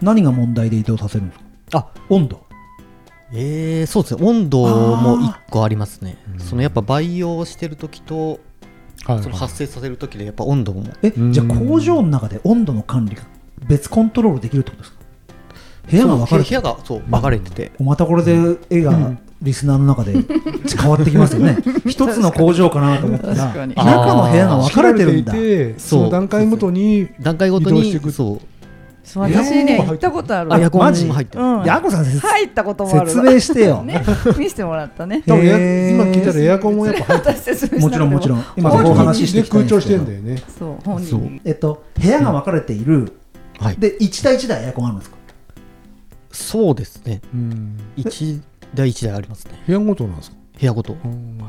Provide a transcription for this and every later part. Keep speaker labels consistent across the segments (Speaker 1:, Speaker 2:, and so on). Speaker 1: 何が問題で移動させるんですかあ温度
Speaker 2: えー、そうですね温度も1個ありますねそのやっぱ培養してる時と
Speaker 3: はいはい
Speaker 2: その発生させる時でやっぱ温度も
Speaker 1: え
Speaker 3: うん
Speaker 1: じゃあ工場の中で温度の管理が別コントロールできるってことですか部屋が分か
Speaker 2: そう
Speaker 1: れ
Speaker 2: 部
Speaker 1: て
Speaker 2: 屋がそう分かれてて、
Speaker 1: またこれで絵がリスナーの中で 変わってきますよね一つの工場かなと思ったら
Speaker 4: 確かに
Speaker 1: 中の部屋が分かれてるんだ
Speaker 3: 仕切られていて
Speaker 2: そう
Speaker 3: その段階ごとに
Speaker 2: 段階ごと
Speaker 3: 移動して
Speaker 2: に
Speaker 3: いく
Speaker 2: そう
Speaker 4: そう私ね
Speaker 3: エアコンも入ってる
Speaker 4: 行ったことある
Speaker 2: あエアコン
Speaker 1: マジ
Speaker 2: も入ってる、
Speaker 4: うん
Speaker 1: いやあこさんせつ
Speaker 4: 入ったこともある
Speaker 1: 説明してよ
Speaker 4: ね見せてもらったね
Speaker 3: 多分エア
Speaker 1: へー
Speaker 3: 今聞いたらエアコンもやっぱ入って
Speaker 4: 私説明しなくて
Speaker 1: もちろんもちろん今
Speaker 4: 工場
Speaker 1: こう話して
Speaker 3: で
Speaker 1: きたん
Speaker 3: 空
Speaker 1: です
Speaker 3: 調し
Speaker 1: け
Speaker 3: て
Speaker 1: ど
Speaker 3: んだよね
Speaker 4: そう本
Speaker 2: そ
Speaker 4: 人
Speaker 2: う
Speaker 4: に
Speaker 1: えっと部屋が分かれている
Speaker 2: はい、
Speaker 1: で1対1台エアコンあるんですか
Speaker 2: そうですね
Speaker 3: うん
Speaker 2: 一台一台ありますね
Speaker 3: 部屋ごとなんですか
Speaker 2: 部屋ごと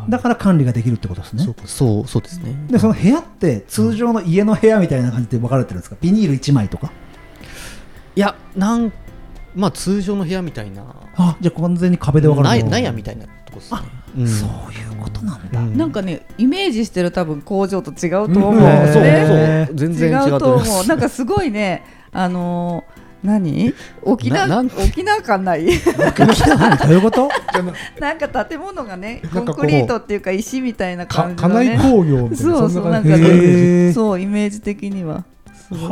Speaker 1: だから管理ができるってことですね
Speaker 3: そうか
Speaker 2: そうそうですね
Speaker 1: でその部屋って通常の家の部屋みたいな感じで分かれてるんですかビニール1枚とか
Speaker 2: いやなんまあ通常の部屋みたいな
Speaker 1: あじゃあ完全に壁で分か
Speaker 2: な
Speaker 1: れて
Speaker 2: い
Speaker 1: る
Speaker 2: 納屋みたいなとこですねうん
Speaker 1: そういうことなんだ、
Speaker 2: うん
Speaker 4: なんかねイメージしてる多分工場と違うと思う、
Speaker 3: うん
Speaker 2: あーそう
Speaker 1: ね
Speaker 2: そう全然違う
Speaker 4: 違う
Speaker 2: と
Speaker 4: と
Speaker 2: 思いま
Speaker 4: 思う
Speaker 2: す
Speaker 4: なんかすごいねあのー何沖縄
Speaker 2: ななん
Speaker 4: 沖縄感ない
Speaker 1: どういうこと
Speaker 3: じゃあな
Speaker 4: なんか建物がねコ
Speaker 3: なん
Speaker 4: ン
Speaker 3: かこう
Speaker 4: クリートっていうか石みたいな
Speaker 3: か
Speaker 4: 感じ
Speaker 3: 家
Speaker 4: の
Speaker 3: 内
Speaker 4: ね
Speaker 3: 工業みたいな
Speaker 4: そうそ
Speaker 3: ん
Speaker 4: う
Speaker 3: な
Speaker 4: なん
Speaker 3: 感じ
Speaker 4: か
Speaker 1: へー
Speaker 4: ねそうイメージ的にはすごく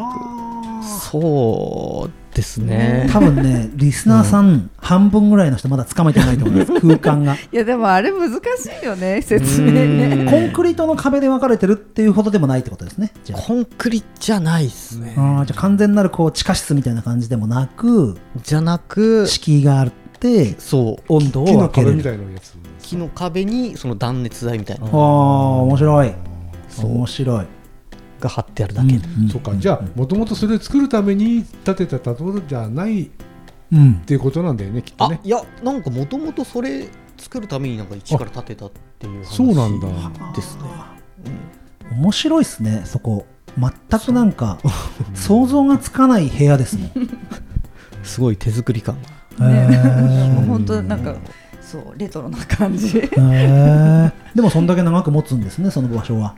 Speaker 2: そうですね
Speaker 1: 多分ねリスナーさん、半分ぐらいの人まだつかめてないと思い ます空間が
Speaker 4: いやでもあれ難しいよね説明
Speaker 2: う
Speaker 4: ね
Speaker 2: ん
Speaker 1: コンクリートの壁で分かれてるっていうほどでもないってことですねじゃあ
Speaker 2: コンクリじゃないですね
Speaker 1: あーじゃあ完全なるこう地下室みたいな感じでもなく
Speaker 2: じゃなく
Speaker 1: 敷居があって
Speaker 2: そう
Speaker 1: 温度を
Speaker 3: 木の
Speaker 1: 分け
Speaker 3: 壁
Speaker 1: れ
Speaker 3: み
Speaker 1: る
Speaker 3: たいなやつ
Speaker 2: 木の壁にその断熱材みたいな
Speaker 1: ああ面白い
Speaker 2: そう
Speaker 1: 面白い
Speaker 2: が貼ってあるだけで
Speaker 1: うん
Speaker 3: そうかじゃあもともとそれを作るために建てた建物じゃないっ
Speaker 1: うん
Speaker 3: ていうことなんだよねきっと
Speaker 2: あ
Speaker 3: ね
Speaker 2: いやなんかもともとそれ作るためになんか一から建てたっていう話
Speaker 3: そうなんだ
Speaker 2: ですね
Speaker 1: 面白いですねそこ全くなんか想像がつかない部屋ですね
Speaker 2: すごい手作り感が
Speaker 4: もう
Speaker 1: へ
Speaker 4: 本当なんかそうレトロな感じ
Speaker 1: えへえでもそんだけ長く持つんですねその場所は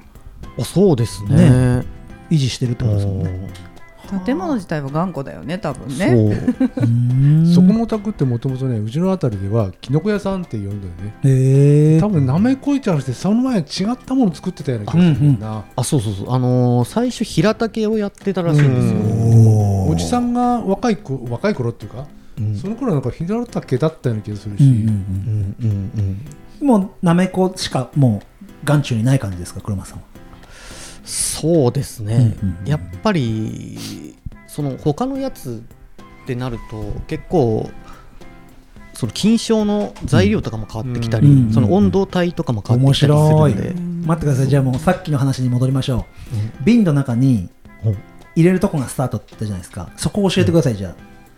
Speaker 2: あそうですね
Speaker 1: ね維持してるってことですもんね
Speaker 4: 建物自体は頑固だよね多分ね
Speaker 2: そう
Speaker 1: うーん
Speaker 3: そこのお宅ってもともとねうちのあたりではキノコ屋さんって呼んだよね
Speaker 1: へえ
Speaker 3: 多分名前こいちゃうしてその前に違ったもの作ってたような気がするんだよな、
Speaker 2: あそうそうそうあのー最初平竹をやってたらしいんですよ、
Speaker 1: お
Speaker 3: おじさんが若い子若い頃っていうか、
Speaker 2: うん
Speaker 3: その頃なんかひだらたけだったような気がするし、
Speaker 1: うんうん
Speaker 2: うんうんうん
Speaker 1: うんもうなめこしかもう眼中にない感じですか車さんは
Speaker 2: そうですね、
Speaker 1: うんうんうん
Speaker 2: やっぱりその他のやつってなると結構その金賞の材料とかも変わってきたり、
Speaker 1: うん
Speaker 2: その温度帯とかも変わってきたりするんで、
Speaker 1: 面待ってくださいじゃあもうさっきの話に戻りましょう瓶の中に
Speaker 2: うん
Speaker 1: 入れるとこがスタートって言ったじゃないですかそこを教えてくださいじゃあ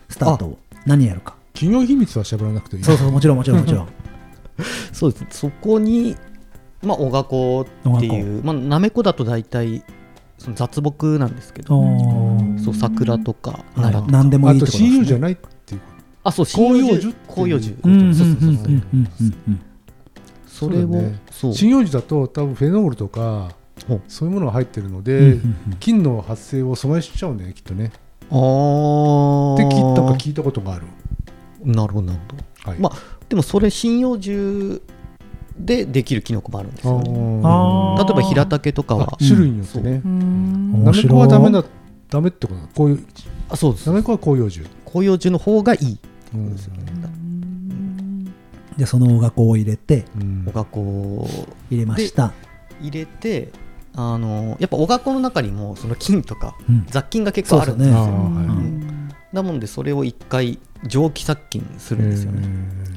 Speaker 1: スタートを何やるか
Speaker 3: 企業秘密はしゃべらなくていい
Speaker 1: そうそうもちろんもちろんもちろん
Speaker 2: そうですそこに、まあ、おがこっていう、まあ、なめこだと大体その雑木なんですけど、
Speaker 1: おー
Speaker 2: そう桜とか
Speaker 1: はい
Speaker 2: 奈良とか、
Speaker 1: 何でも
Speaker 3: あ
Speaker 1: いいっ
Speaker 3: と
Speaker 1: てことで
Speaker 3: 親
Speaker 1: す
Speaker 3: 友じゃ
Speaker 1: ね
Speaker 3: ないっていうこと
Speaker 2: あそう
Speaker 3: 広葉樹
Speaker 2: 広葉樹
Speaker 3: っていう
Speaker 1: うんうんうん
Speaker 2: そうそうそうそう
Speaker 1: うんうん
Speaker 2: それを
Speaker 3: そうだね
Speaker 2: そう,、
Speaker 3: 針葉樹だと多分フェノールとか
Speaker 2: ほう
Speaker 3: そういうものが入ってるの
Speaker 1: うんうんう
Speaker 3: で、
Speaker 1: ん
Speaker 3: 菌の発生を阻害しちゃうんだよねきっとね
Speaker 2: あ
Speaker 3: って聞いたか聞いたことがある、
Speaker 2: なるほどなるほど
Speaker 3: はい
Speaker 2: まあでもそれ針葉樹でできるキノコもあるんですよ、ね、
Speaker 1: あ
Speaker 2: 例えば平竹とか
Speaker 3: あ
Speaker 2: は
Speaker 3: 種類によってね
Speaker 4: うー
Speaker 1: うんん
Speaker 3: なめこはダメだダメってことだこういう
Speaker 2: あそうです
Speaker 3: なめこは広葉樹、
Speaker 2: 広葉樹の方がいい
Speaker 3: うん
Speaker 2: ですよね
Speaker 1: でそのおがこを入れて
Speaker 2: おがこを
Speaker 1: 入れました
Speaker 2: 入れてあのやっぱおがこの中にもその菌とか
Speaker 1: うん
Speaker 2: 雑菌が結構あるんです
Speaker 1: そう
Speaker 2: よ
Speaker 1: ですね
Speaker 3: あ
Speaker 1: う
Speaker 3: ーはい
Speaker 1: ん
Speaker 2: だもんでそれを一回蒸気殺菌するんですよね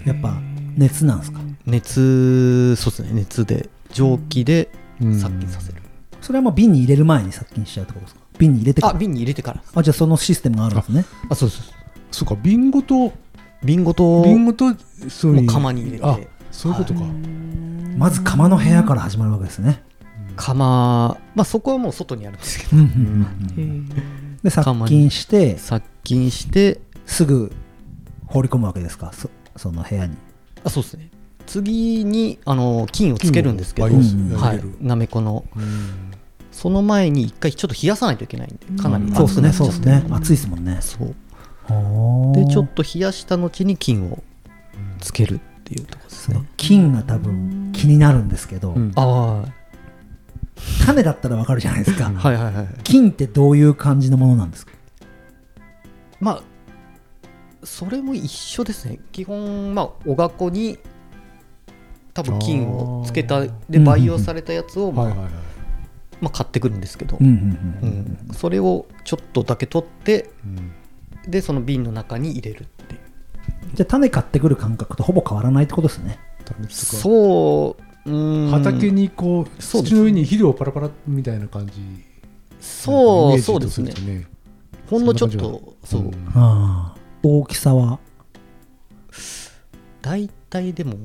Speaker 1: やっぱ熱なんですか
Speaker 2: 熱そうですね熱で蒸気で
Speaker 3: うん
Speaker 2: 殺菌させる
Speaker 1: それはもう瓶に入れる前に殺菌しちゃうってことですか瓶に入れてか
Speaker 2: あ
Speaker 1: ら
Speaker 2: 瓶に入れてから
Speaker 1: あじゃあそのシステムがあるんですね
Speaker 2: あそうです
Speaker 3: そうか瓶ごと
Speaker 2: 瓶ごと
Speaker 3: 瓶ごとそう
Speaker 2: もう釜に入れて
Speaker 3: あそういうことか、
Speaker 1: まず釜の部屋から始まるわけですね
Speaker 2: 釜まあそこはもう外にあるんですけど
Speaker 1: うんうんうんうんで殺菌して
Speaker 2: 殺菌して
Speaker 1: すぐ放り込むわけですかそその部屋に
Speaker 2: あそうですね次にあの菌をつけるんですけど、
Speaker 3: 菌を培養する
Speaker 1: うん
Speaker 2: は
Speaker 3: や
Speaker 2: い
Speaker 3: れる、
Speaker 2: なめこの
Speaker 3: うん
Speaker 2: その前に一回ちょっと冷やさないといけないんでかなり
Speaker 1: そうです
Speaker 2: 熱く
Speaker 1: ね
Speaker 2: なっちゃ
Speaker 1: そうで
Speaker 2: っ
Speaker 1: す
Speaker 2: て
Speaker 1: ね暑いですもんね
Speaker 2: そうでちょっと冷やした後に菌をつけるっていうところですね。
Speaker 1: 金が多分気になるんですけど、
Speaker 2: うんあ
Speaker 1: 種だったらわかるじゃないですか
Speaker 2: あはいはいはいはい。
Speaker 1: 金ってどういう感じのものなんですか
Speaker 2: まあそれも一緒ですね。基本まあおがこに多分菌をつけたで培養されたやつを、まあ
Speaker 3: はいはいはい
Speaker 2: まあ、買ってくるんですけど、
Speaker 1: うんう
Speaker 2: うんんそれをちょっとだけ取って
Speaker 3: うん
Speaker 2: でその瓶の中に入れるっていう。
Speaker 1: うんじゃあ種買ってくる感覚とほぼ変わらないってことですね
Speaker 3: 種とか
Speaker 2: そううん
Speaker 3: 畑にこう
Speaker 2: そうです
Speaker 3: 土の上に肥料をパラパラみたいな感じ
Speaker 2: そ
Speaker 3: イメー
Speaker 2: う
Speaker 3: ジ
Speaker 2: そう
Speaker 3: と
Speaker 2: ですね
Speaker 3: るとね
Speaker 2: ほんのちょっとそう、
Speaker 3: ん
Speaker 1: ああ大きさは
Speaker 2: 大体でも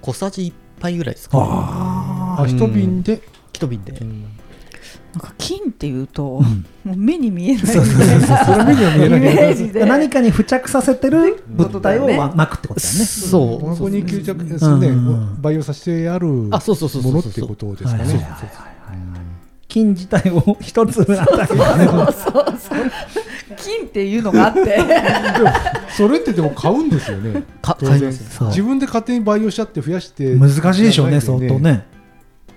Speaker 2: 小さじ1杯ぐらいですかね、
Speaker 1: あ
Speaker 3: あ一 瓶で
Speaker 2: 一瓶で、
Speaker 4: なんか金っていうと、もう目に見えない
Speaker 1: そうそうそうそう
Speaker 3: それ目には見え
Speaker 4: イ
Speaker 3: ない
Speaker 4: メージで
Speaker 1: 何かに付着させてる物体を
Speaker 4: うん
Speaker 1: ままくってことだよね
Speaker 2: そう
Speaker 3: お
Speaker 2: そう
Speaker 3: 腹に吸着するね
Speaker 1: うん
Speaker 3: 培養させてあるもの
Speaker 2: あそうそうそうそう
Speaker 3: っていうことですか
Speaker 1: はいはいはい
Speaker 3: ね
Speaker 1: はいはい金自体を一つあたり
Speaker 4: そうそうそう金っていうのが あって
Speaker 3: でもそれってでも買うんですよね
Speaker 2: か
Speaker 3: 当
Speaker 2: 買い
Speaker 3: 然
Speaker 2: ます
Speaker 1: そう
Speaker 3: 自分で勝手に培養しちゃって増やして
Speaker 1: 難しいでしょうね相当ね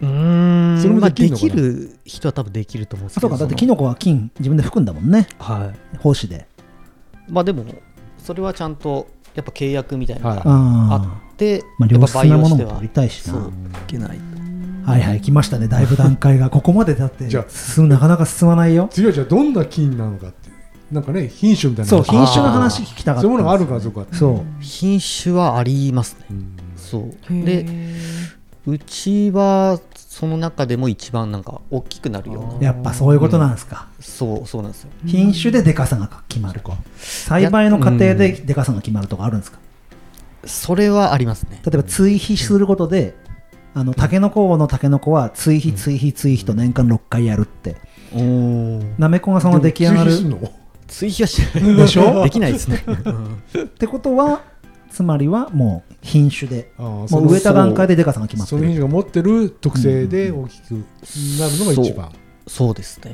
Speaker 2: うーん
Speaker 3: それも
Speaker 2: まあ、で
Speaker 3: できんのか
Speaker 2: き
Speaker 3: な
Speaker 2: る人は多分できると思うんです
Speaker 1: あ
Speaker 2: け
Speaker 1: そう
Speaker 2: ど
Speaker 1: かだって
Speaker 2: そ
Speaker 1: キ
Speaker 2: の
Speaker 1: ノコは金自分で含んだもんね
Speaker 2: はい
Speaker 1: 胞子で
Speaker 2: まあでもそれはちゃんとやっぱ契約みたいなのがあ
Speaker 1: ああ
Speaker 2: って、
Speaker 1: まあ
Speaker 2: や
Speaker 1: 良
Speaker 2: っぱ
Speaker 1: 質
Speaker 2: 培
Speaker 1: な
Speaker 2: 養
Speaker 1: もの
Speaker 2: して
Speaker 1: も
Speaker 2: は
Speaker 1: 取りたいし
Speaker 2: そう
Speaker 1: ない
Speaker 2: けない
Speaker 1: はいはい来ましたねだいぶ段階がここまでだって
Speaker 3: じゃあ
Speaker 1: 進むなかなか進まないよ
Speaker 3: 次はじゃあどんな菌なのかっていうなんかね品種みたいな
Speaker 1: そう
Speaker 3: のが
Speaker 1: 品種の話聞きたかった
Speaker 3: そういうものがあるかどうかって
Speaker 1: そう
Speaker 2: 品種はありますね
Speaker 3: うん
Speaker 2: そうでうちはその中でも一番なんか大きくなるような
Speaker 1: やっぱそういうことなんですか
Speaker 2: そうそうなんですよ
Speaker 1: 品種ででかさが決まる栽培の過程ででかさが決まるとかあるんですか
Speaker 2: それはありますね
Speaker 1: 例えば追肥することであのタケノコのタケノコは追肥追肥追肥と年間6回やるって
Speaker 2: おお
Speaker 1: なめこがその出来上がる
Speaker 3: 追肥すんの
Speaker 2: 追肥はしない
Speaker 1: でしょ
Speaker 2: できないですね、
Speaker 1: ってことはつまりはもう品種で
Speaker 3: あーそ
Speaker 1: も
Speaker 3: の
Speaker 1: う植えた段階ででかさが決まって
Speaker 3: その品
Speaker 1: る
Speaker 3: 種が持ってる特性で大きくなるのが一番
Speaker 2: そうですね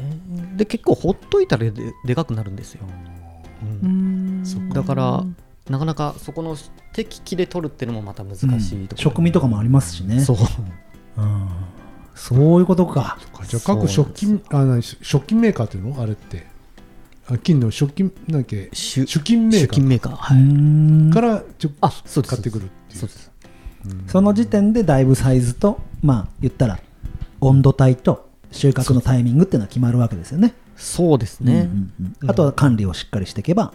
Speaker 2: で結構ほっといたらででかくなるんですよ、うんだからなかなかそこの適期で取るっていうのもまた難しいところ、
Speaker 1: 食味とかもありますしね
Speaker 2: そう
Speaker 1: うんそういうことか
Speaker 3: じゃあ各食
Speaker 2: そう
Speaker 3: 器あな食器メーカーっていうのあれってあ金の食器なんだっけ
Speaker 2: 主
Speaker 3: 主金メー
Speaker 2: 主
Speaker 3: カー
Speaker 2: 金メーカーは
Speaker 1: う
Speaker 2: い
Speaker 1: ーん
Speaker 3: からちょ
Speaker 2: あそうです
Speaker 3: 買ってくるってい
Speaker 2: そう
Speaker 3: う
Speaker 2: です
Speaker 1: その時点でだいぶサイズとまあ言ったら温度帯と収穫のタイミングっていうのは決まるわけですよね
Speaker 2: そうですね、
Speaker 1: うんうんうんあとは管理をしっかりしていけば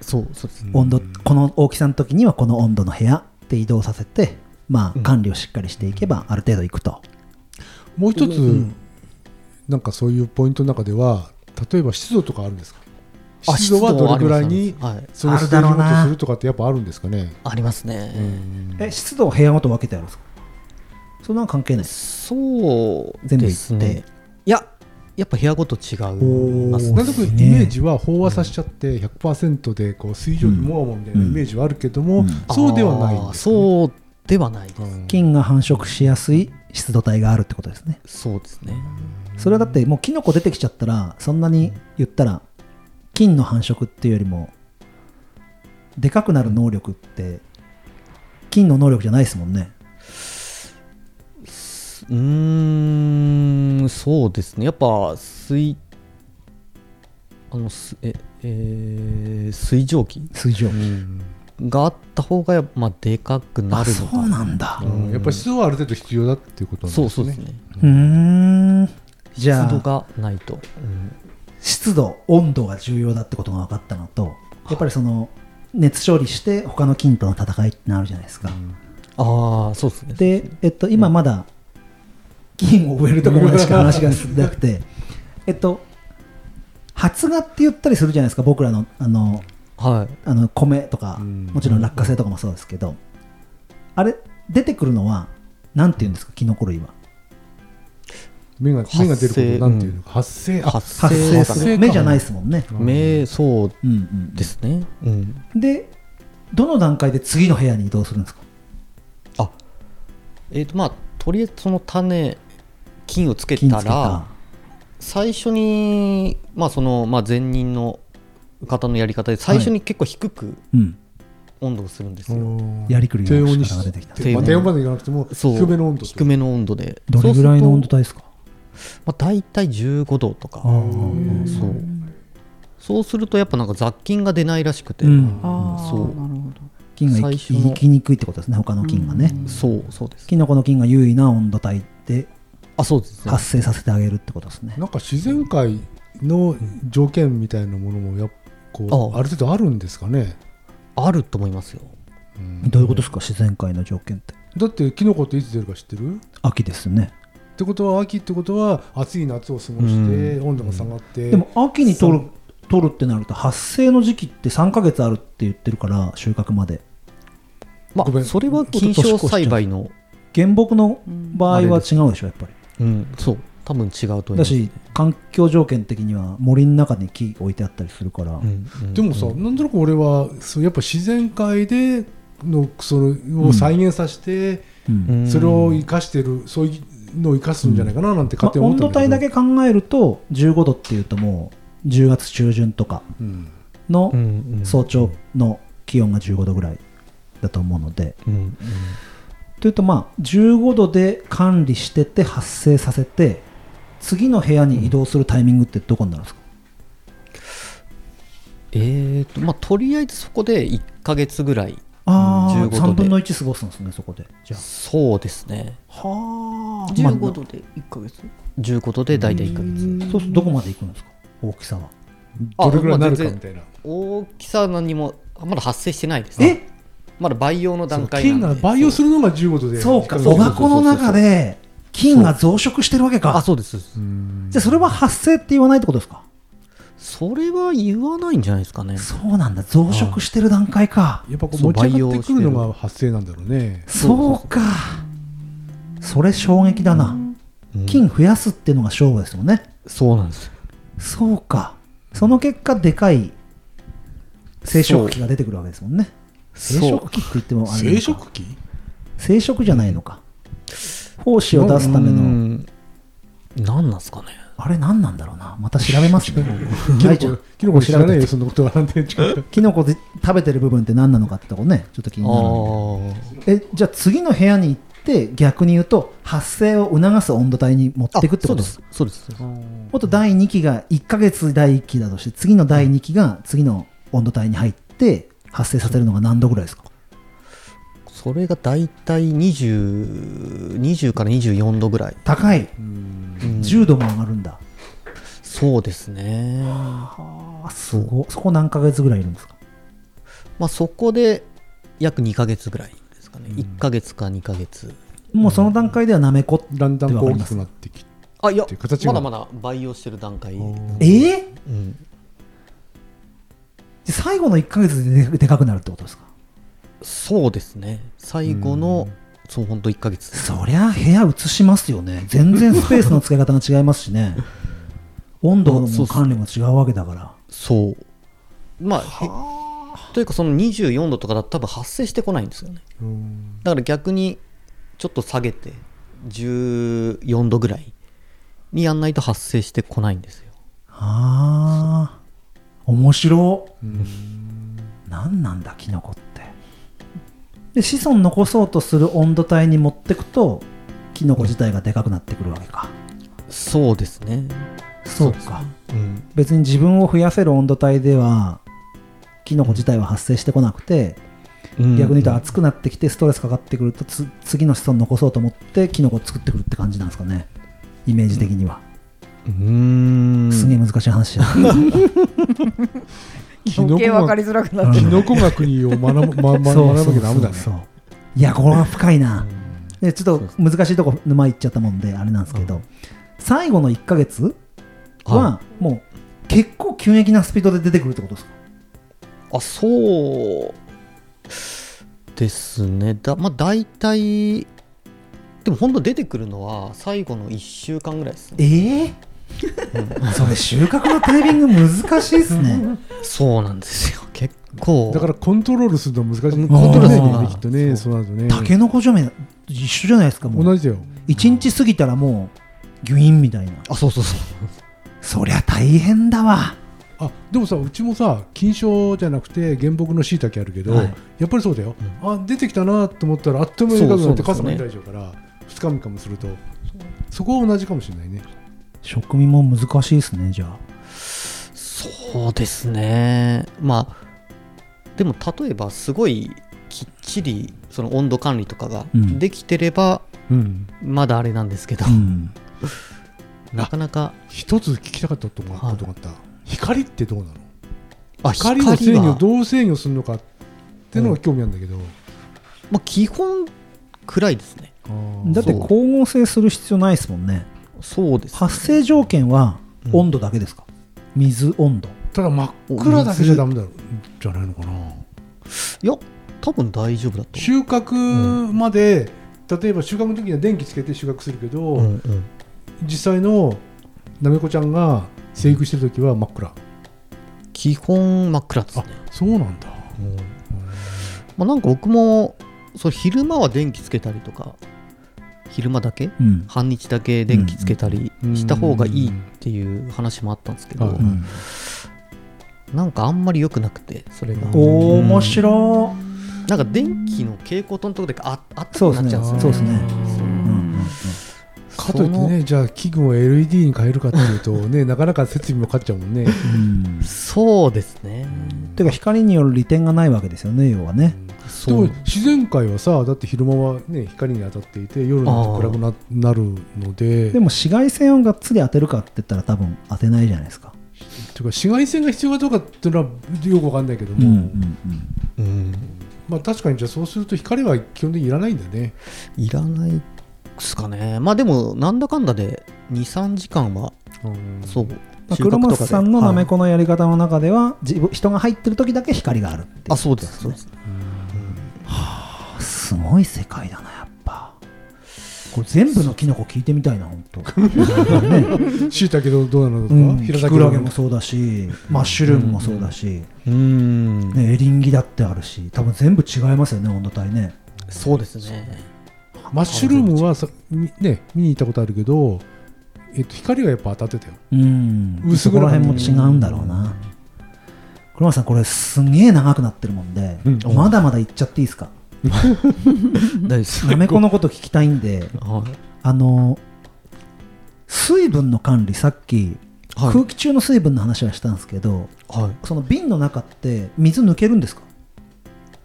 Speaker 2: そうそうです
Speaker 1: 温度この大きさの時にはこの温度の部屋で移動させてまあ管理をしっかりしていけばある程度いくと、
Speaker 3: もう一つなんかそういうポイントの中では例えば湿度とかあるんですか
Speaker 2: あ
Speaker 3: 湿度はどれぐらいに
Speaker 2: 湿度はあります
Speaker 3: そのステージごとするとかってやっぱあるんですかね
Speaker 2: ありますね、
Speaker 1: え湿度を部屋ごと分けてあるんですかそんなの関係ないです
Speaker 2: そう
Speaker 1: 全部
Speaker 2: です
Speaker 1: 行っ
Speaker 2: ねいややっぱ部屋ごと違います
Speaker 3: なんとなくイメージは飽和させちゃって100%でこう水蒸気もわもわみたいなイメージはあるけども、
Speaker 1: うん
Speaker 3: そうではないん
Speaker 2: あー
Speaker 3: ですね
Speaker 2: そうではないです、
Speaker 3: うん
Speaker 1: 菌が繁殖しやすい湿度帯があるってことですね
Speaker 2: そうですね
Speaker 1: それはだってもうキノコ出てきちゃったらそんなに言ったら菌の繁殖っていうよりもでかくなる能力って菌の能力じゃないですもんね
Speaker 2: うーんそうですねやっぱ水あのすええー水蒸気
Speaker 1: 水蒸気、
Speaker 2: があった方が、まあ、でかくな
Speaker 1: あ
Speaker 2: るの
Speaker 1: そ
Speaker 2: か
Speaker 1: うなんだ
Speaker 3: うんやっぱり湿度はある程度必要だっていうことなんです
Speaker 2: そ
Speaker 3: ね
Speaker 2: うそうですね
Speaker 1: うーんじゃあ
Speaker 2: 湿度がないと、
Speaker 1: 湿度温度が重要だってことが分かったのとやっぱりその熱処理して他の菌との戦いってなるじゃないですか、
Speaker 2: ああそうですね
Speaker 1: で、えっと、今まだ菌を植えるところまでしか話が進んでなくてえっと発芽って言ったりするじゃないですか僕らのあの
Speaker 2: はい
Speaker 1: あの米とか
Speaker 3: うん
Speaker 1: もちろん落花生とかもそうですけどあれ出てくるのは何て言うんですかキノコ類は
Speaker 3: 芽が芽が出ることなんていうのか発生あ
Speaker 2: 発
Speaker 1: 発生
Speaker 2: 生す
Speaker 1: す
Speaker 2: る
Speaker 1: る芽じゃないですもんね、
Speaker 2: 目そう
Speaker 1: うんうん
Speaker 2: ですね、うん、
Speaker 1: でどの段階で次の部屋に移動するんですか
Speaker 2: あえっ、とまあとりあえずその種菌をつけ
Speaker 1: 菌
Speaker 2: た
Speaker 1: つけた
Speaker 2: ら最初にまあその、まあ、前任の方のやり方で最初に結構低く
Speaker 1: うん、
Speaker 2: 温度をするんですよ、
Speaker 3: うん
Speaker 1: やりくり
Speaker 3: 低温に
Speaker 1: 力が出てきた
Speaker 3: 低温まあ低温までいかなくても
Speaker 2: そう
Speaker 3: 低めの温度
Speaker 2: 低めの温度で
Speaker 1: どれぐらいの温度
Speaker 2: そう
Speaker 1: 帯ですか
Speaker 2: するとまあ、大体15度とか
Speaker 1: あー
Speaker 2: そうそうするとやっぱなんか雑菌が出ないらしくて、
Speaker 1: うん
Speaker 4: ああ、
Speaker 2: そう
Speaker 4: なるほど。
Speaker 1: 菌が生
Speaker 2: 最
Speaker 1: き
Speaker 2: 初の
Speaker 1: 生きにくいってことですね他の菌がね、
Speaker 4: うん
Speaker 2: そうそうです
Speaker 1: キノコの菌が優位な温度帯で
Speaker 2: あそうですね
Speaker 1: 発生させてあげるってことですね
Speaker 3: なんか自然界の条件みたいなものもやっこう
Speaker 2: あ
Speaker 3: ある程度あるんですかね、
Speaker 2: あると思いますよ
Speaker 3: うん
Speaker 1: どういうことですか自然界の条件って
Speaker 3: だってキノコっていつ出るか知ってる
Speaker 1: 秋ですね
Speaker 3: ってことは秋ってことは暑い夏を過ごして、
Speaker 2: う
Speaker 3: 温度が下がって、
Speaker 1: でも秋に取る取るってなると発生の時期って3ヶ月あるって言ってるから収穫まで
Speaker 2: ま
Speaker 3: ごめ
Speaker 2: あ
Speaker 3: ん
Speaker 2: それは菌床栽培の
Speaker 1: 原木の
Speaker 4: うん
Speaker 1: 場合は違うでしょやっぱり
Speaker 2: うんそう多分違うと思いま
Speaker 1: だ
Speaker 2: す
Speaker 1: し環境条件的には森の中に木置いてあったりするから、
Speaker 2: うんうん
Speaker 3: でもさ、
Speaker 2: うん
Speaker 3: なんとなく俺はそうやっぱ自然界でのそのを再現させて、
Speaker 1: うん
Speaker 2: うん
Speaker 3: それを生かしてるそういうのを生かすんじゃないかななんて
Speaker 1: ま
Speaker 3: 勝
Speaker 1: あ
Speaker 3: 手に思っ
Speaker 1: 温
Speaker 3: た
Speaker 1: 度
Speaker 3: んだけ
Speaker 1: 帯
Speaker 3: ど、
Speaker 1: だけ考えると15度っていうともう10月中旬とか
Speaker 3: うん
Speaker 1: の
Speaker 2: うんうん
Speaker 1: 早朝の気温が15度ぐらいだと思うので、
Speaker 2: うんうん
Speaker 1: というとまあ15度で管理してて発生させて次の部屋に移動するタイミングってどこになるんですか、
Speaker 2: えーとまあとりあえずそこで1か月ぐらい
Speaker 1: ああ
Speaker 2: 15度で
Speaker 1: 3分の1過ごすんですねそこでじゃあ
Speaker 2: そうですね
Speaker 1: はあ、まあ
Speaker 4: 15度で1ヶ月。
Speaker 2: いうことで大体1か月
Speaker 1: そうするとどこまで行くんですか大きさは
Speaker 3: どれぐらいになるか
Speaker 2: あまあ全然
Speaker 3: みたいな、
Speaker 2: 大きさは何もあまだ発生してないですね
Speaker 1: え
Speaker 2: まだ培養の
Speaker 3: そ
Speaker 2: 段
Speaker 3: の
Speaker 2: 階
Speaker 3: 菌
Speaker 2: な
Speaker 3: が
Speaker 2: んで
Speaker 3: 培養するのが15度で
Speaker 1: そうか
Speaker 3: 引っ
Speaker 1: お
Speaker 3: 掛
Speaker 1: ば
Speaker 3: かる
Speaker 1: この中で菌が増殖してるわけ
Speaker 2: あ
Speaker 1: か
Speaker 2: そうですそうです
Speaker 3: うん
Speaker 1: じゃあそれは発生って言わないってことですか
Speaker 2: それは言わないんじゃないですかね
Speaker 1: そうなんだ増殖してる段階か
Speaker 3: やっぱこう
Speaker 2: そう
Speaker 3: 持ち上が
Speaker 2: 培
Speaker 3: っ
Speaker 2: 養
Speaker 3: て
Speaker 2: して
Speaker 3: く
Speaker 2: る
Speaker 3: るのが発生なんだろうね
Speaker 1: そうかそれ衝撃だな
Speaker 2: うん
Speaker 1: 菌増やすっていうのが勝負ですよね
Speaker 2: そうなんですよ
Speaker 1: そうかその結果でかい生殖器が出てくるわけですもんね生
Speaker 2: そう
Speaker 1: 殖器って言ってもあれな
Speaker 3: 生
Speaker 1: のか
Speaker 3: 殖器
Speaker 1: 生殖じゃないのか胞子を出すため
Speaker 2: う
Speaker 1: の
Speaker 2: ん何なんですかね
Speaker 1: あれ何なんだろうなまた調べますね
Speaker 3: キ
Speaker 1: 大
Speaker 3: ノ
Speaker 1: ちゃん
Speaker 3: コキノコ知らない
Speaker 1: 調べ
Speaker 3: よ
Speaker 1: て
Speaker 3: そんなことはなんて近く
Speaker 1: キノコで食べてる部分って何なのかってとこねちょっと気
Speaker 2: あ
Speaker 1: に
Speaker 2: あ
Speaker 1: なるんでえじゃあ次の部屋に行って逆に言うと発生を促す温度帯に持っていくってこ
Speaker 2: そう
Speaker 1: とで
Speaker 2: で
Speaker 1: す
Speaker 2: すそうです
Speaker 1: もっと第2期が1ヶ月第1期だとして次の第2期が次の温度帯に入って発生させるのが何度ぐらいですか
Speaker 2: それが大体2020 20から24度ぐらい、
Speaker 1: 高い
Speaker 2: うん
Speaker 1: 10度も上がるんだ、
Speaker 2: そうですね
Speaker 1: あすごいそこ何ヶ月ぐらいいるんですか
Speaker 2: まあそこで約2ヶ月ぐらいですかね1ヶ月か2ヶ月
Speaker 1: もうその段階ではなめこ
Speaker 3: だんだんこう大きくなってきて
Speaker 2: あいや
Speaker 3: っていう形
Speaker 2: ま
Speaker 3: が
Speaker 2: だまだ培養してる段階
Speaker 1: えー、
Speaker 2: うん
Speaker 1: じゃあ最後の1ヶ月でででかくなるってことですか
Speaker 2: そうですね最後のそうほんと1ヶ月
Speaker 1: そりゃ部屋移しますよね全然スペースの使い方が違いますし ね温度の管理も違うわけだから
Speaker 2: そうまあえというかその24度とかだと多分発生してこないんですよね
Speaker 3: うん
Speaker 2: だから逆にちょっと下げて14度ぐらいにやんないと発生してこないんですよ
Speaker 1: ああ面白
Speaker 3: うん
Speaker 1: 何なんだキノコってで子孫残そうとする温度帯に持ってくとキノコ自体がでかくなってくるわけか
Speaker 2: そうですね
Speaker 1: そう
Speaker 2: そう
Speaker 1: か
Speaker 2: うん
Speaker 1: 別に自分を増やせる温度帯ではキノコ自体は発生してこなくて逆に言うと暑くなってきてストレスかかってくるとつ次の子孫残そうと思ってキノコを作ってくるって感じなんですかねイメージ的には、
Speaker 2: うーん
Speaker 1: すげえ難しい 話だ、
Speaker 3: キノコ
Speaker 4: 余
Speaker 3: が
Speaker 4: 計分かりづらくなっ
Speaker 1: うん
Speaker 4: て
Speaker 3: キ
Speaker 4: る。
Speaker 3: ノコ学にを学ぶ、まま、
Speaker 1: そう
Speaker 3: 学
Speaker 1: そ
Speaker 3: ぶ
Speaker 1: う
Speaker 3: けダメだね
Speaker 1: そうそういやこれは深いな、でちょっと難しいとこ沼行っちゃったもんであれなんですけど、最後の1ヶ月はもう結構急激なスピードで出てくるってことですか
Speaker 2: あそうですねだまあ大体でも本当出てくるのは最後の1週間ぐらいですね
Speaker 1: ええそれ収穫のタイミング難しいですね
Speaker 2: そうなんですよ 結構
Speaker 3: だからコントロールするのは難しい。
Speaker 1: コントロールするの
Speaker 3: ね
Speaker 1: は
Speaker 3: きっとね、そうなるとね。
Speaker 1: たけのこじゃめ一緒じゃないですかもう
Speaker 3: 同じだよ。
Speaker 1: 一日過ぎたらもうギュインみたいな
Speaker 2: あそうそうそう
Speaker 1: そりゃ大変だわ
Speaker 3: あでもさうちもさ金賞じゃなくて原木のしいたけあるけど、
Speaker 1: はい
Speaker 3: やっぱりそうだよ、あ出てきたなと思ったらあっという間に
Speaker 2: そう
Speaker 3: でか
Speaker 2: そうです
Speaker 3: くなってカ
Speaker 2: よ
Speaker 3: ス
Speaker 2: ね
Speaker 3: もいたでしょうから2日3日もするとそこは同じかもしれないね
Speaker 1: 食味も難しいですねじゃあ
Speaker 2: そうですねまあでも例えばすごいきっちりその温度管理とかが
Speaker 1: うん
Speaker 2: できてれば
Speaker 3: うん
Speaker 2: まだあれなんですけど、
Speaker 1: うん
Speaker 2: なかなか
Speaker 3: 一つ聞きたかったことが
Speaker 2: はい
Speaker 3: ことがあった、光ってどうなの
Speaker 2: あ
Speaker 3: 光
Speaker 2: は
Speaker 3: の制御をどう制御するのかってのが興味あるんだけど、
Speaker 2: まあ、基本暗いですね
Speaker 1: だって
Speaker 2: そう
Speaker 1: 光合成する必要ないですもんね
Speaker 2: そうです
Speaker 1: 発生条件は
Speaker 2: うん
Speaker 1: 温度だけですか、水温度
Speaker 3: ただ真っ暗だけじゃダメだろじゃないのかない
Speaker 2: や多分大丈夫だと
Speaker 3: 収穫まで、例えば収穫の時には電気つけて収穫するけど、
Speaker 2: 思う、うんうん
Speaker 3: 実際のなめこちゃんが生育してる時は真っ暗
Speaker 2: 基本真っ暗ですね、
Speaker 3: そうなんだ
Speaker 2: まあ、なんか僕もそう昼間は電気つけたりとか昼間だけ
Speaker 1: うん、
Speaker 2: 半日だけ電気つけたり
Speaker 3: うん
Speaker 2: した方がいいっていう話もあったんですけど、
Speaker 3: うん
Speaker 1: うん
Speaker 2: なんかあんまり良くなくてそれが
Speaker 1: おお面白い、
Speaker 2: なんか電気の蛍光灯のとこでああった
Speaker 1: そ
Speaker 2: く
Speaker 1: うですね
Speaker 2: なっちゃうんです
Speaker 1: そ
Speaker 2: よ
Speaker 1: うですねうんうんうん
Speaker 3: かといってねじゃあ器具を LED に変えるかっていう とねなかなか設備もかかっちゃうもんね
Speaker 1: うん
Speaker 2: そうですね
Speaker 1: ていうか光による利点がないわけですよね要はね、
Speaker 3: で
Speaker 2: そ
Speaker 3: も
Speaker 2: う
Speaker 3: 自然界はさだって昼間はね光に当たっていて夜になって暗くななるので
Speaker 1: でも紫外線をがっつり当てるかって言ったら多分当てないじゃないですか、
Speaker 3: ていうか紫外線が必要かどうかっていうのはよくわかんないけど
Speaker 1: うん
Speaker 3: も、
Speaker 1: うん
Speaker 3: まあ確かにじゃあそうすると光は基本的にいらないんだね
Speaker 2: いらないっすかねまあでもなんだかんだで23時間は そう
Speaker 1: まあ、
Speaker 2: 収穫
Speaker 1: 黒
Speaker 2: とかで
Speaker 1: 松さんのなめ
Speaker 2: は
Speaker 1: このやり方の中では、自分人が入ってる時だけ光があるってい
Speaker 2: いあそうですそうです
Speaker 1: うすごい世界だなやっぱこれ全部のキノコ聞いてみたいな本 当。ね
Speaker 3: しいたけどどうなのと
Speaker 1: う
Speaker 3: か、
Speaker 1: ん、
Speaker 3: 平
Speaker 1: キ
Speaker 3: た
Speaker 1: クラゲもそうだしマッシュルームもそうだし、
Speaker 2: うーん
Speaker 1: ね、エリンギだってあるし多分全部違いますよね温度帯ね
Speaker 2: そうですね
Speaker 3: マッシュルームはさ、みね、見に行ったことあるけど、えっと、光がやっぱ当たってたよ。
Speaker 1: うん
Speaker 3: 薄
Speaker 1: そ
Speaker 3: 暗
Speaker 1: こ
Speaker 3: かっ
Speaker 1: ら
Speaker 3: た
Speaker 1: 辺も違うんだろうな黒松さんこれすげえ長くなってるもんで、まだまだ言っちゃっていいですか
Speaker 2: 大丈夫です
Speaker 1: なめこのこと聞きたいんで
Speaker 2: はい
Speaker 1: あの水分の管理さっき、
Speaker 2: はい
Speaker 1: 空気中の水分の話はしたんですけど
Speaker 2: はい
Speaker 1: その瓶の中って水抜けるんですか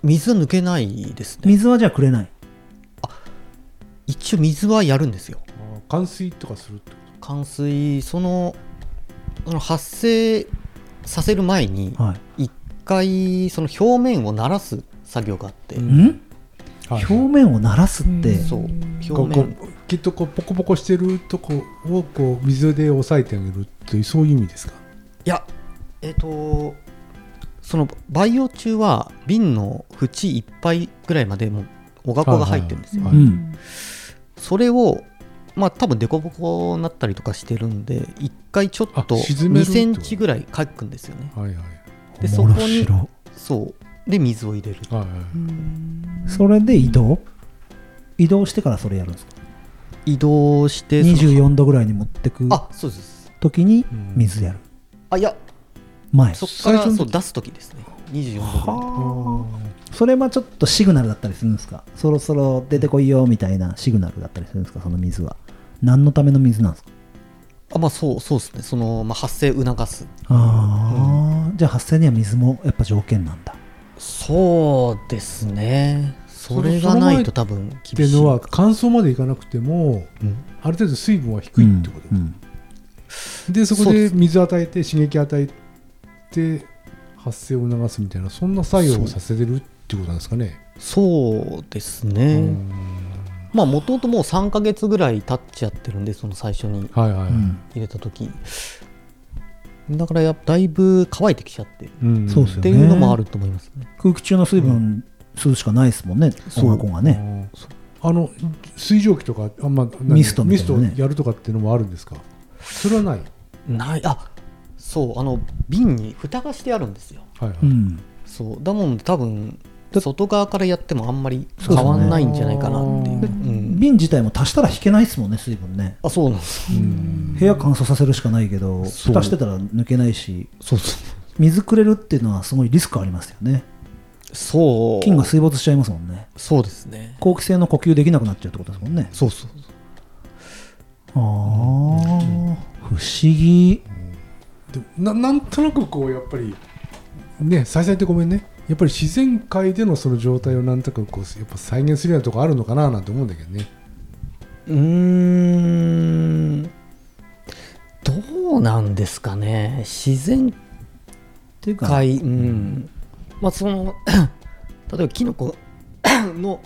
Speaker 2: 水は抜けないですね
Speaker 1: 水はじゃあくれない
Speaker 2: 一応水はやるんですよ
Speaker 3: 冠水とかするってこ
Speaker 2: 冠水そのその発生させる前に
Speaker 1: は
Speaker 2: 一回その表面を慣らす作業があって、
Speaker 1: いん
Speaker 3: と、
Speaker 1: 表面を慣らすって
Speaker 2: そう
Speaker 3: こう
Speaker 2: 表面
Speaker 3: こうきっとこうポコポコしてるとこをこう水で押さえてあげるというそういう意味ですか。
Speaker 2: いやえっ、とその培養中は瓶の縁いっぱいぐらいまでもうおがこが入ってるんですよ、
Speaker 3: は
Speaker 1: う
Speaker 3: い
Speaker 1: ん
Speaker 2: それをまあ多分デコボコになったりとかしてるんで一回ちょっと
Speaker 3: あ沈める
Speaker 2: 2
Speaker 3: ってこと
Speaker 2: センチぐらいかくんですよね
Speaker 3: はいはい
Speaker 2: でそこ
Speaker 1: 面
Speaker 2: に
Speaker 1: 白
Speaker 2: そうで水を入れる
Speaker 3: はいはい。
Speaker 1: それで移動移動してからそれやるんですか
Speaker 2: 移動してその
Speaker 1: 24度ぐらいに持ってく
Speaker 2: あそうです
Speaker 1: 時に水やる
Speaker 2: あいや
Speaker 1: 前
Speaker 2: そっから
Speaker 3: 最初
Speaker 2: そ
Speaker 3: の
Speaker 2: う出す時ですね24度ぐらい
Speaker 1: それはちょっとシグナルだったりするんですかそろそろ出てこいよみたいなシグナルだったりするんですかその水は何のための水なんですか
Speaker 2: あまあそうそうですねその、まあ、発生促す
Speaker 1: ああ、じゃあ発生には水もやっぱ条件なんだ
Speaker 2: そうですねそれ
Speaker 3: その
Speaker 2: がないと多分
Speaker 3: って
Speaker 2: 厳
Speaker 3: い
Speaker 2: し
Speaker 3: うの
Speaker 2: い
Speaker 3: は乾燥までいかなくても、
Speaker 2: うん
Speaker 3: ある程度水分は低いってこと。
Speaker 1: うん
Speaker 3: でそこ
Speaker 2: そうで
Speaker 3: です水与えて刺激与えて発生を促すみたいなそんな作用をさせてるってことなんですかね。
Speaker 2: そうです
Speaker 3: う
Speaker 2: ね
Speaker 3: ん
Speaker 2: まあもともともう3ヶ月ぐらい経っちゃってるんでその最初に
Speaker 3: はいはいはい。
Speaker 1: うん
Speaker 2: 入れた時だからやっぱだいぶ乾いてきちゃってる
Speaker 3: うん
Speaker 1: そうっすよ
Speaker 2: っていうのもあると思いますね
Speaker 1: 空気中の水分吸うしかないですもんね、その子がね
Speaker 3: ね。あの水蒸気とかあんま何
Speaker 1: ミストみ
Speaker 3: ミ
Speaker 1: たい
Speaker 3: ス
Speaker 1: な
Speaker 3: ト
Speaker 1: ね
Speaker 3: やるとかっていうのもあるんですか。それはない。
Speaker 2: ないあそうあの瓶に蓋がしてあるんですよ
Speaker 3: はいはい。
Speaker 1: うん
Speaker 2: そうだもん多分
Speaker 1: だ
Speaker 2: 外側からやってもあんまり
Speaker 1: そうです
Speaker 2: 変
Speaker 1: ね
Speaker 2: わんないんじゃないかなっていう
Speaker 3: あー
Speaker 2: うん
Speaker 1: 瓶自体も足したら引けないですもんね水分ね
Speaker 2: あそうなんです
Speaker 3: うん
Speaker 1: 部屋乾燥させるしかないけど
Speaker 2: そう
Speaker 1: 蓋してたら抜けないし
Speaker 2: そうそう
Speaker 1: 水くれるっていうのはすごいリスクありますよね
Speaker 2: そう
Speaker 1: 菌が水没しちゃいますもんね
Speaker 2: そうですね
Speaker 1: 好気性の呼吸できなくなっちゃうってことですもんね
Speaker 2: そうそう
Speaker 1: ああー不思議
Speaker 3: でもななんとなくこうやっぱりね再生ってごめんねやっぱり自然界でのその状態をなんとかこうやっぱ再現するようなとこあるのかななんて思うんだけどね
Speaker 2: うーんどうなんですかね自然
Speaker 1: っていうか
Speaker 2: 界うんまあその 例えばキノコ の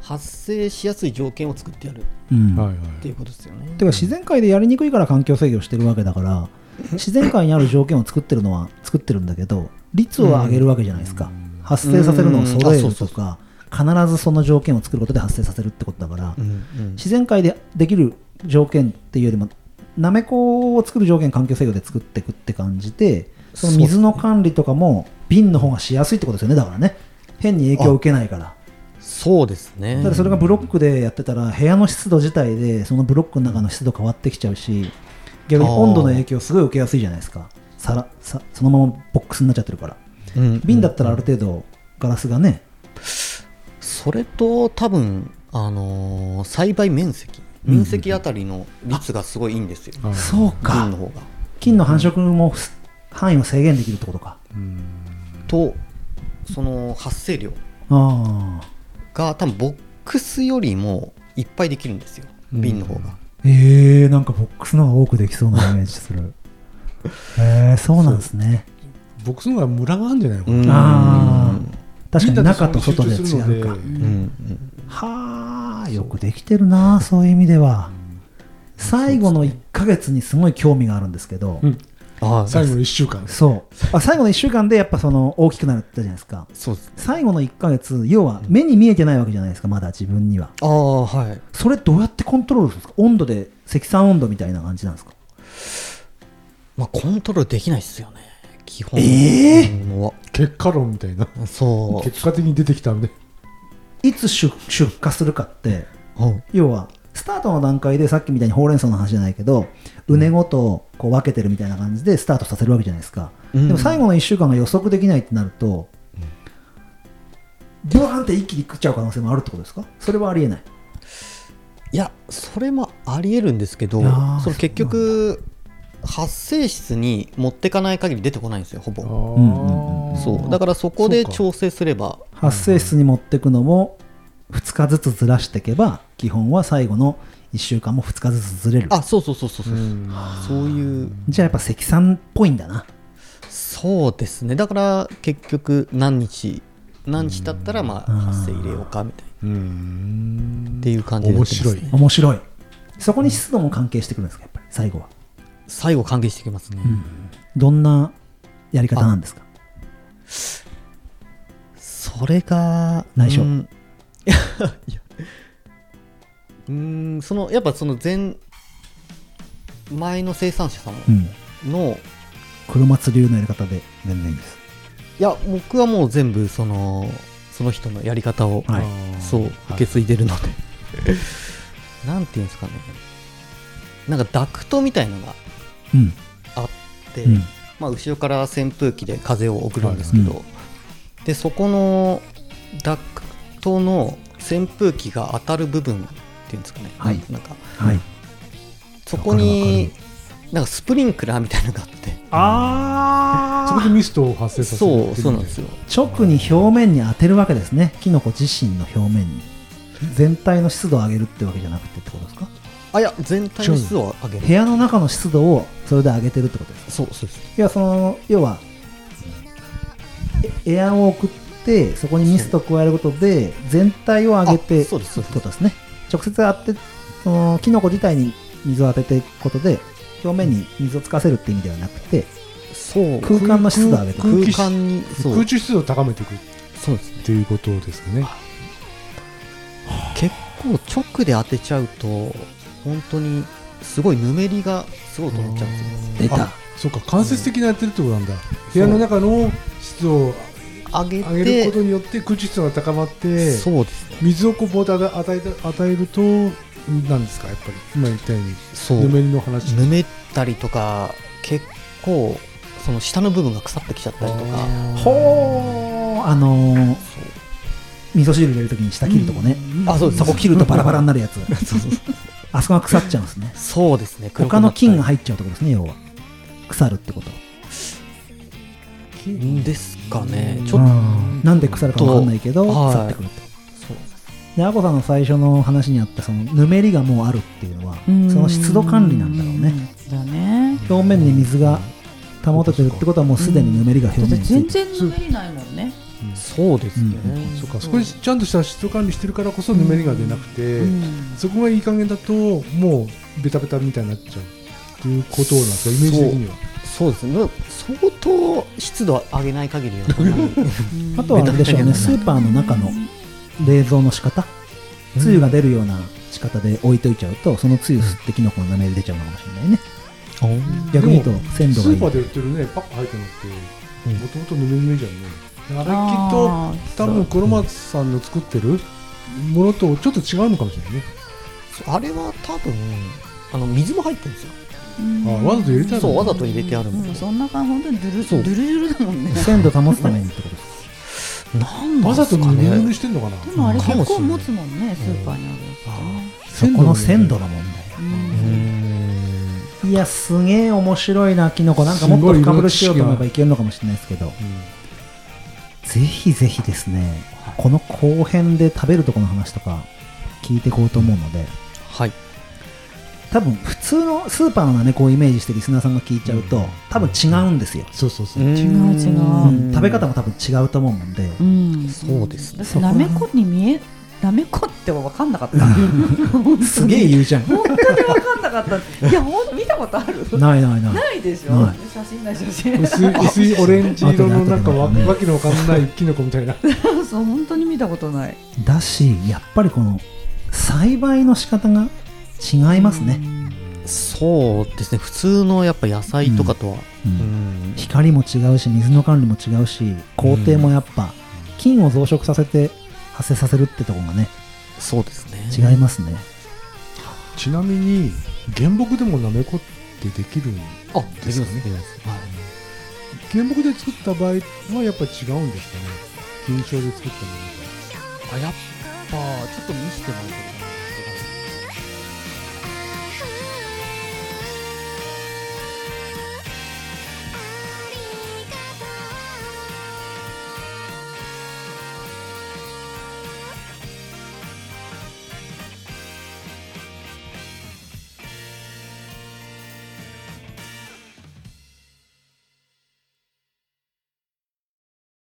Speaker 2: 発生しやすい条件を作ってやるっ
Speaker 1: うん
Speaker 3: はいはい
Speaker 2: ていうことですよね
Speaker 1: てか自然界でやりにくいから環境制御してるわけだから自然界にある条件を作ってるのは作ってるんだけど率を上げるわけじゃないですか発生させるのを揃え
Speaker 2: うん
Speaker 1: る
Speaker 2: あそうそう
Speaker 1: とか必ずその条件を作ることで発生させるってことだから
Speaker 2: うんうん
Speaker 1: 自然界でできる条件っていうよりもなめこを作る条件環境制御で作っていくって感じでその水の管理とかも瓶の方がしやすいってことですよねだからね変に影響を受けないから
Speaker 2: そうですね
Speaker 1: ただそれがブロックでやってたら部屋の湿度自体でそのブロックの中の湿度変わってきちゃうし逆に温度の影響すごい受けやすいじゃないですかさらさそのままボックスになっちゃってるから
Speaker 2: うん
Speaker 1: 瓶だったらある程度ガラスがね
Speaker 2: それと多分あのー栽培面積
Speaker 1: うん
Speaker 2: 面積あたりの率がすごいいいんですよ、
Speaker 3: はい
Speaker 1: そう
Speaker 2: 瓶の
Speaker 1: か
Speaker 2: 方が
Speaker 1: 菌の繁殖もふ範囲を制限できるってことか
Speaker 3: うん
Speaker 2: とその発生量
Speaker 1: ああ
Speaker 2: が多分ボックスよりもいっぱいできるんですよ
Speaker 3: うん
Speaker 2: 瓶の方が、
Speaker 1: えー、なんかボックスの方が多くできそうなイメージす るえー、そうなんですね
Speaker 3: 僕その方がムラがあるんじゃないのかな
Speaker 1: あ
Speaker 2: うん
Speaker 1: ー確かに中と
Speaker 3: みんな
Speaker 1: 外
Speaker 3: で
Speaker 1: で
Speaker 3: そこに集中す
Speaker 1: 違う
Speaker 3: る
Speaker 1: か
Speaker 3: ので
Speaker 2: うんうん
Speaker 1: はあよくできてるなそういう意味では最後の1ヶ月にすごい興味があるんですけど、
Speaker 3: うん
Speaker 2: ああ
Speaker 3: 最後の1週間
Speaker 1: そうあ最後の1週間でやっぱその大きくなったじゃないですか
Speaker 2: そうです
Speaker 1: 最後の1ヶ月要は目に見えてないわけじゃないですかまだ自分には
Speaker 2: ああはい
Speaker 1: それどうやってコントロールするんですか温度で積算温度みたいな感じなんですか
Speaker 2: まあコントロールできないっすよね基本
Speaker 1: えー
Speaker 2: うんわ
Speaker 3: 結果論みたいな
Speaker 2: そう
Speaker 3: 結果的に出てきたんで
Speaker 1: いつ出出荷するかって
Speaker 2: うん
Speaker 1: 要はスタートの段階でさっきみたいにほうれん草の話じゃないけどうねごとこう分けてるみたいな感じでスタートさせるわけじゃないですか、
Speaker 2: うん
Speaker 1: でも最後の1週間が予測できないってなると、ブワーンって一気に食っちゃう可能性もあるってことですかそれはありえない
Speaker 2: いやそれもありえるんですけど
Speaker 1: あー
Speaker 2: その結局発生室に持ってかない限り出てこないんですよほぼ
Speaker 1: んうん
Speaker 2: そうだからそこで
Speaker 3: そうか
Speaker 2: 調整すれば
Speaker 1: 発生室に持ってくのも2日ずつずらしていけば基本は最後の1週間も2日ずつずれる
Speaker 2: あそうそうそうそうそう、
Speaker 3: うん
Speaker 2: そういう
Speaker 1: じゃあやっぱ積算っぽいんだな
Speaker 2: そうですねだから結局何日何日経ったらまあ
Speaker 1: うん
Speaker 2: 発生入れようかみたいな
Speaker 3: うん
Speaker 2: っていう感じになってますね
Speaker 3: 面白
Speaker 1: 面白いそこに湿度も関係してくるんですかやっぱり最後は
Speaker 2: 最後関係してきますね、
Speaker 1: どんなやり方なんですか
Speaker 2: それが
Speaker 1: 内緒
Speaker 2: うん いやうーんそのやっぱその前前の生産者さん
Speaker 1: うん
Speaker 2: の、い
Speaker 1: 黒松流のやり方で全然いいです
Speaker 2: や僕はもう全部そのその人のやり方を、
Speaker 1: はい
Speaker 2: そう受け継いでるので、なんていうんですかねなんかダクトみたいのが
Speaker 1: うん
Speaker 2: あって、
Speaker 1: うん
Speaker 2: まあ、後ろから扇風機で風を送るんですけど、
Speaker 1: は
Speaker 2: でそこのダクトの扇風機が当たる部分っていうんですかね、
Speaker 1: はい
Speaker 2: なんか
Speaker 1: はい
Speaker 2: そこになんかスプリンクラーみたいなのがあって
Speaker 3: そこでミストを発生させる
Speaker 2: そうそうなんですよ
Speaker 1: 直に表面に当てるわけですねキノコ自身の表面に全体の湿度を上げるってわけじゃなくてってことですか
Speaker 2: あいや全体の質を上げ
Speaker 1: 部
Speaker 2: る
Speaker 1: 屋の中の湿度をそれで上げてるってことですか
Speaker 2: そうそうです
Speaker 1: いやその要はえエアを送ってそこにミストを加えることで全体を上げて
Speaker 2: あそうですそ
Speaker 1: っ
Speaker 2: うです
Speaker 1: てことですね直接当てそのキノコ自体に水を当てていくことで表面に水をつかせるって意味ではなくて
Speaker 2: そう
Speaker 1: 空間の湿度を上げて
Speaker 2: 空
Speaker 1: る
Speaker 3: 気
Speaker 2: 間にそう
Speaker 3: 空中湿度を高めていくっ
Speaker 2: そうですね
Speaker 3: ていうことですかね
Speaker 2: 結構直で当てちゃうと本当にすごいぬめりがすごいことになっちゃうんです
Speaker 1: 出
Speaker 2: よ
Speaker 1: た
Speaker 3: あそうか間接的にやってるってことなんだ部屋の中の湿度を
Speaker 2: 上げ
Speaker 3: 上げるこ
Speaker 2: て
Speaker 3: とによって空気質が高まって
Speaker 2: そうですね
Speaker 3: 水をこうボーダーが与えた与えるとなんですかやっぱり今言ったように
Speaker 2: そう
Speaker 3: ぬめりの話
Speaker 2: ぬめったりとか結構その下の部分が腐ってきちゃったりとか
Speaker 1: ほーあのー味噌汁入れるときに下切るとこね、
Speaker 2: あそうで
Speaker 1: そ
Speaker 2: す
Speaker 1: こ切るとバラバラになるやつあそこが腐っちゃうんですね
Speaker 2: そうですね黒く
Speaker 1: 他
Speaker 2: な
Speaker 1: の
Speaker 2: ったり
Speaker 1: 菌が入っちゃうとこですね要は腐るってこと
Speaker 2: ですかねち
Speaker 1: う
Speaker 2: ょっと
Speaker 1: んなんで腐るかわかんないけど
Speaker 2: はい
Speaker 1: 腐ってくるとでアコさんの最初の話にあったそのぬめりがもうあるっていうのはその湿度管理なんだろうね
Speaker 4: うん。だね。
Speaker 1: 表面に水が保ててるってことはもうすでにぬめりが表
Speaker 4: だって
Speaker 1: 面につい
Speaker 4: 全
Speaker 1: てる
Speaker 4: 然ぬめりないもんね。
Speaker 2: そうですね、
Speaker 1: うん
Speaker 3: そうかそこにちゃんとした湿度管理してるからこそぬめりが出なくて、
Speaker 4: うん
Speaker 3: そこがいい加減だともうベタベタみたいになっちゃうっていうことなんですかイメージ的には
Speaker 2: そうですね相当湿度上げない限りはそんなに
Speaker 1: あとはあれでしょうねスーパーの中の冷蔵の仕方つゆが出るような仕方で置いといちゃうとそのつゆ吸ってキノコのぬめり出ちゃうのかもしれないね逆に言うと鮮
Speaker 3: ス
Speaker 1: 度がい
Speaker 3: ーパー
Speaker 1: い
Speaker 3: で売ってるねパック入ってるのって
Speaker 2: うん
Speaker 3: もともとぬめりぬめりじゃんねあれきっと
Speaker 4: あー
Speaker 3: 多分黒松さんの作ってるものとちょっと違うのかもしれないね
Speaker 2: あれは多分あの水も入ってるんですよ
Speaker 4: うん
Speaker 3: あわざと入れたの
Speaker 2: そうわざと入れてあるもん、
Speaker 4: うんそんな感じ本当にドゥル
Speaker 2: そう
Speaker 4: ドゥルドゥルだもんね。
Speaker 1: 鮮度保つためにってことです
Speaker 2: なんな
Speaker 3: わ
Speaker 2: ん
Speaker 3: ざ
Speaker 2: です
Speaker 3: と
Speaker 2: か
Speaker 3: ぬめりぬめ
Speaker 2: ね
Speaker 3: してんのかな
Speaker 4: でもあれ
Speaker 2: かも
Speaker 4: 結
Speaker 2: しれ
Speaker 4: 構
Speaker 2: ない
Speaker 4: 持つもんねスーパーにある
Speaker 1: そこの鮮度の問題
Speaker 4: やつね
Speaker 2: うーん
Speaker 1: いやすげえ面白いなキノコなんかもっと深掘りしようと思えばいけるのかもしれないですけどぜひぜひですねこの後編で食べるとこの話とか聞いていこうと思うので
Speaker 2: はい
Speaker 1: 多分普通のスーパーのなめこをイメージしてリスナーさんが聞いちゃうと多分違うんですよ、
Speaker 3: そうそうそうう
Speaker 4: 違う違
Speaker 1: う
Speaker 4: うん
Speaker 1: 食べ方も多分違うと思うんで、
Speaker 4: うん。
Speaker 2: そうですね
Speaker 4: だってなめこに見えなめこって分かんなかった。
Speaker 1: すげえ言う じゃん
Speaker 4: 本当に分かんなかった。 いやほんと見たことある。
Speaker 1: ないないない
Speaker 4: ないでしょ
Speaker 1: ない。
Speaker 4: 写真ない写真。
Speaker 3: 薄 い薄いオレンジ色のなんかわ
Speaker 1: 後で後で
Speaker 3: わけのわかんないキノコみたいな
Speaker 4: そう本当に見たことない。
Speaker 1: だしやっぱりこの栽培の仕方が違いますね、
Speaker 2: そうですね普通のやっぱ野菜とかとは、
Speaker 1: うん
Speaker 2: うん
Speaker 1: 光も違うし水の管理も違うし工程もやっぱ、菌を増殖させて発生させるってとこがね
Speaker 2: そうですね
Speaker 1: 違いますね、
Speaker 3: ちなみに原木でもなめこってできる
Speaker 2: あ
Speaker 3: で
Speaker 2: ですき
Speaker 3: よ
Speaker 2: ま
Speaker 3: ね
Speaker 2: すできますはい
Speaker 3: 原木で作った場合はやっぱり違うんですかね菌床で作ったものと
Speaker 2: あやっぱちょっと見せてもらいたい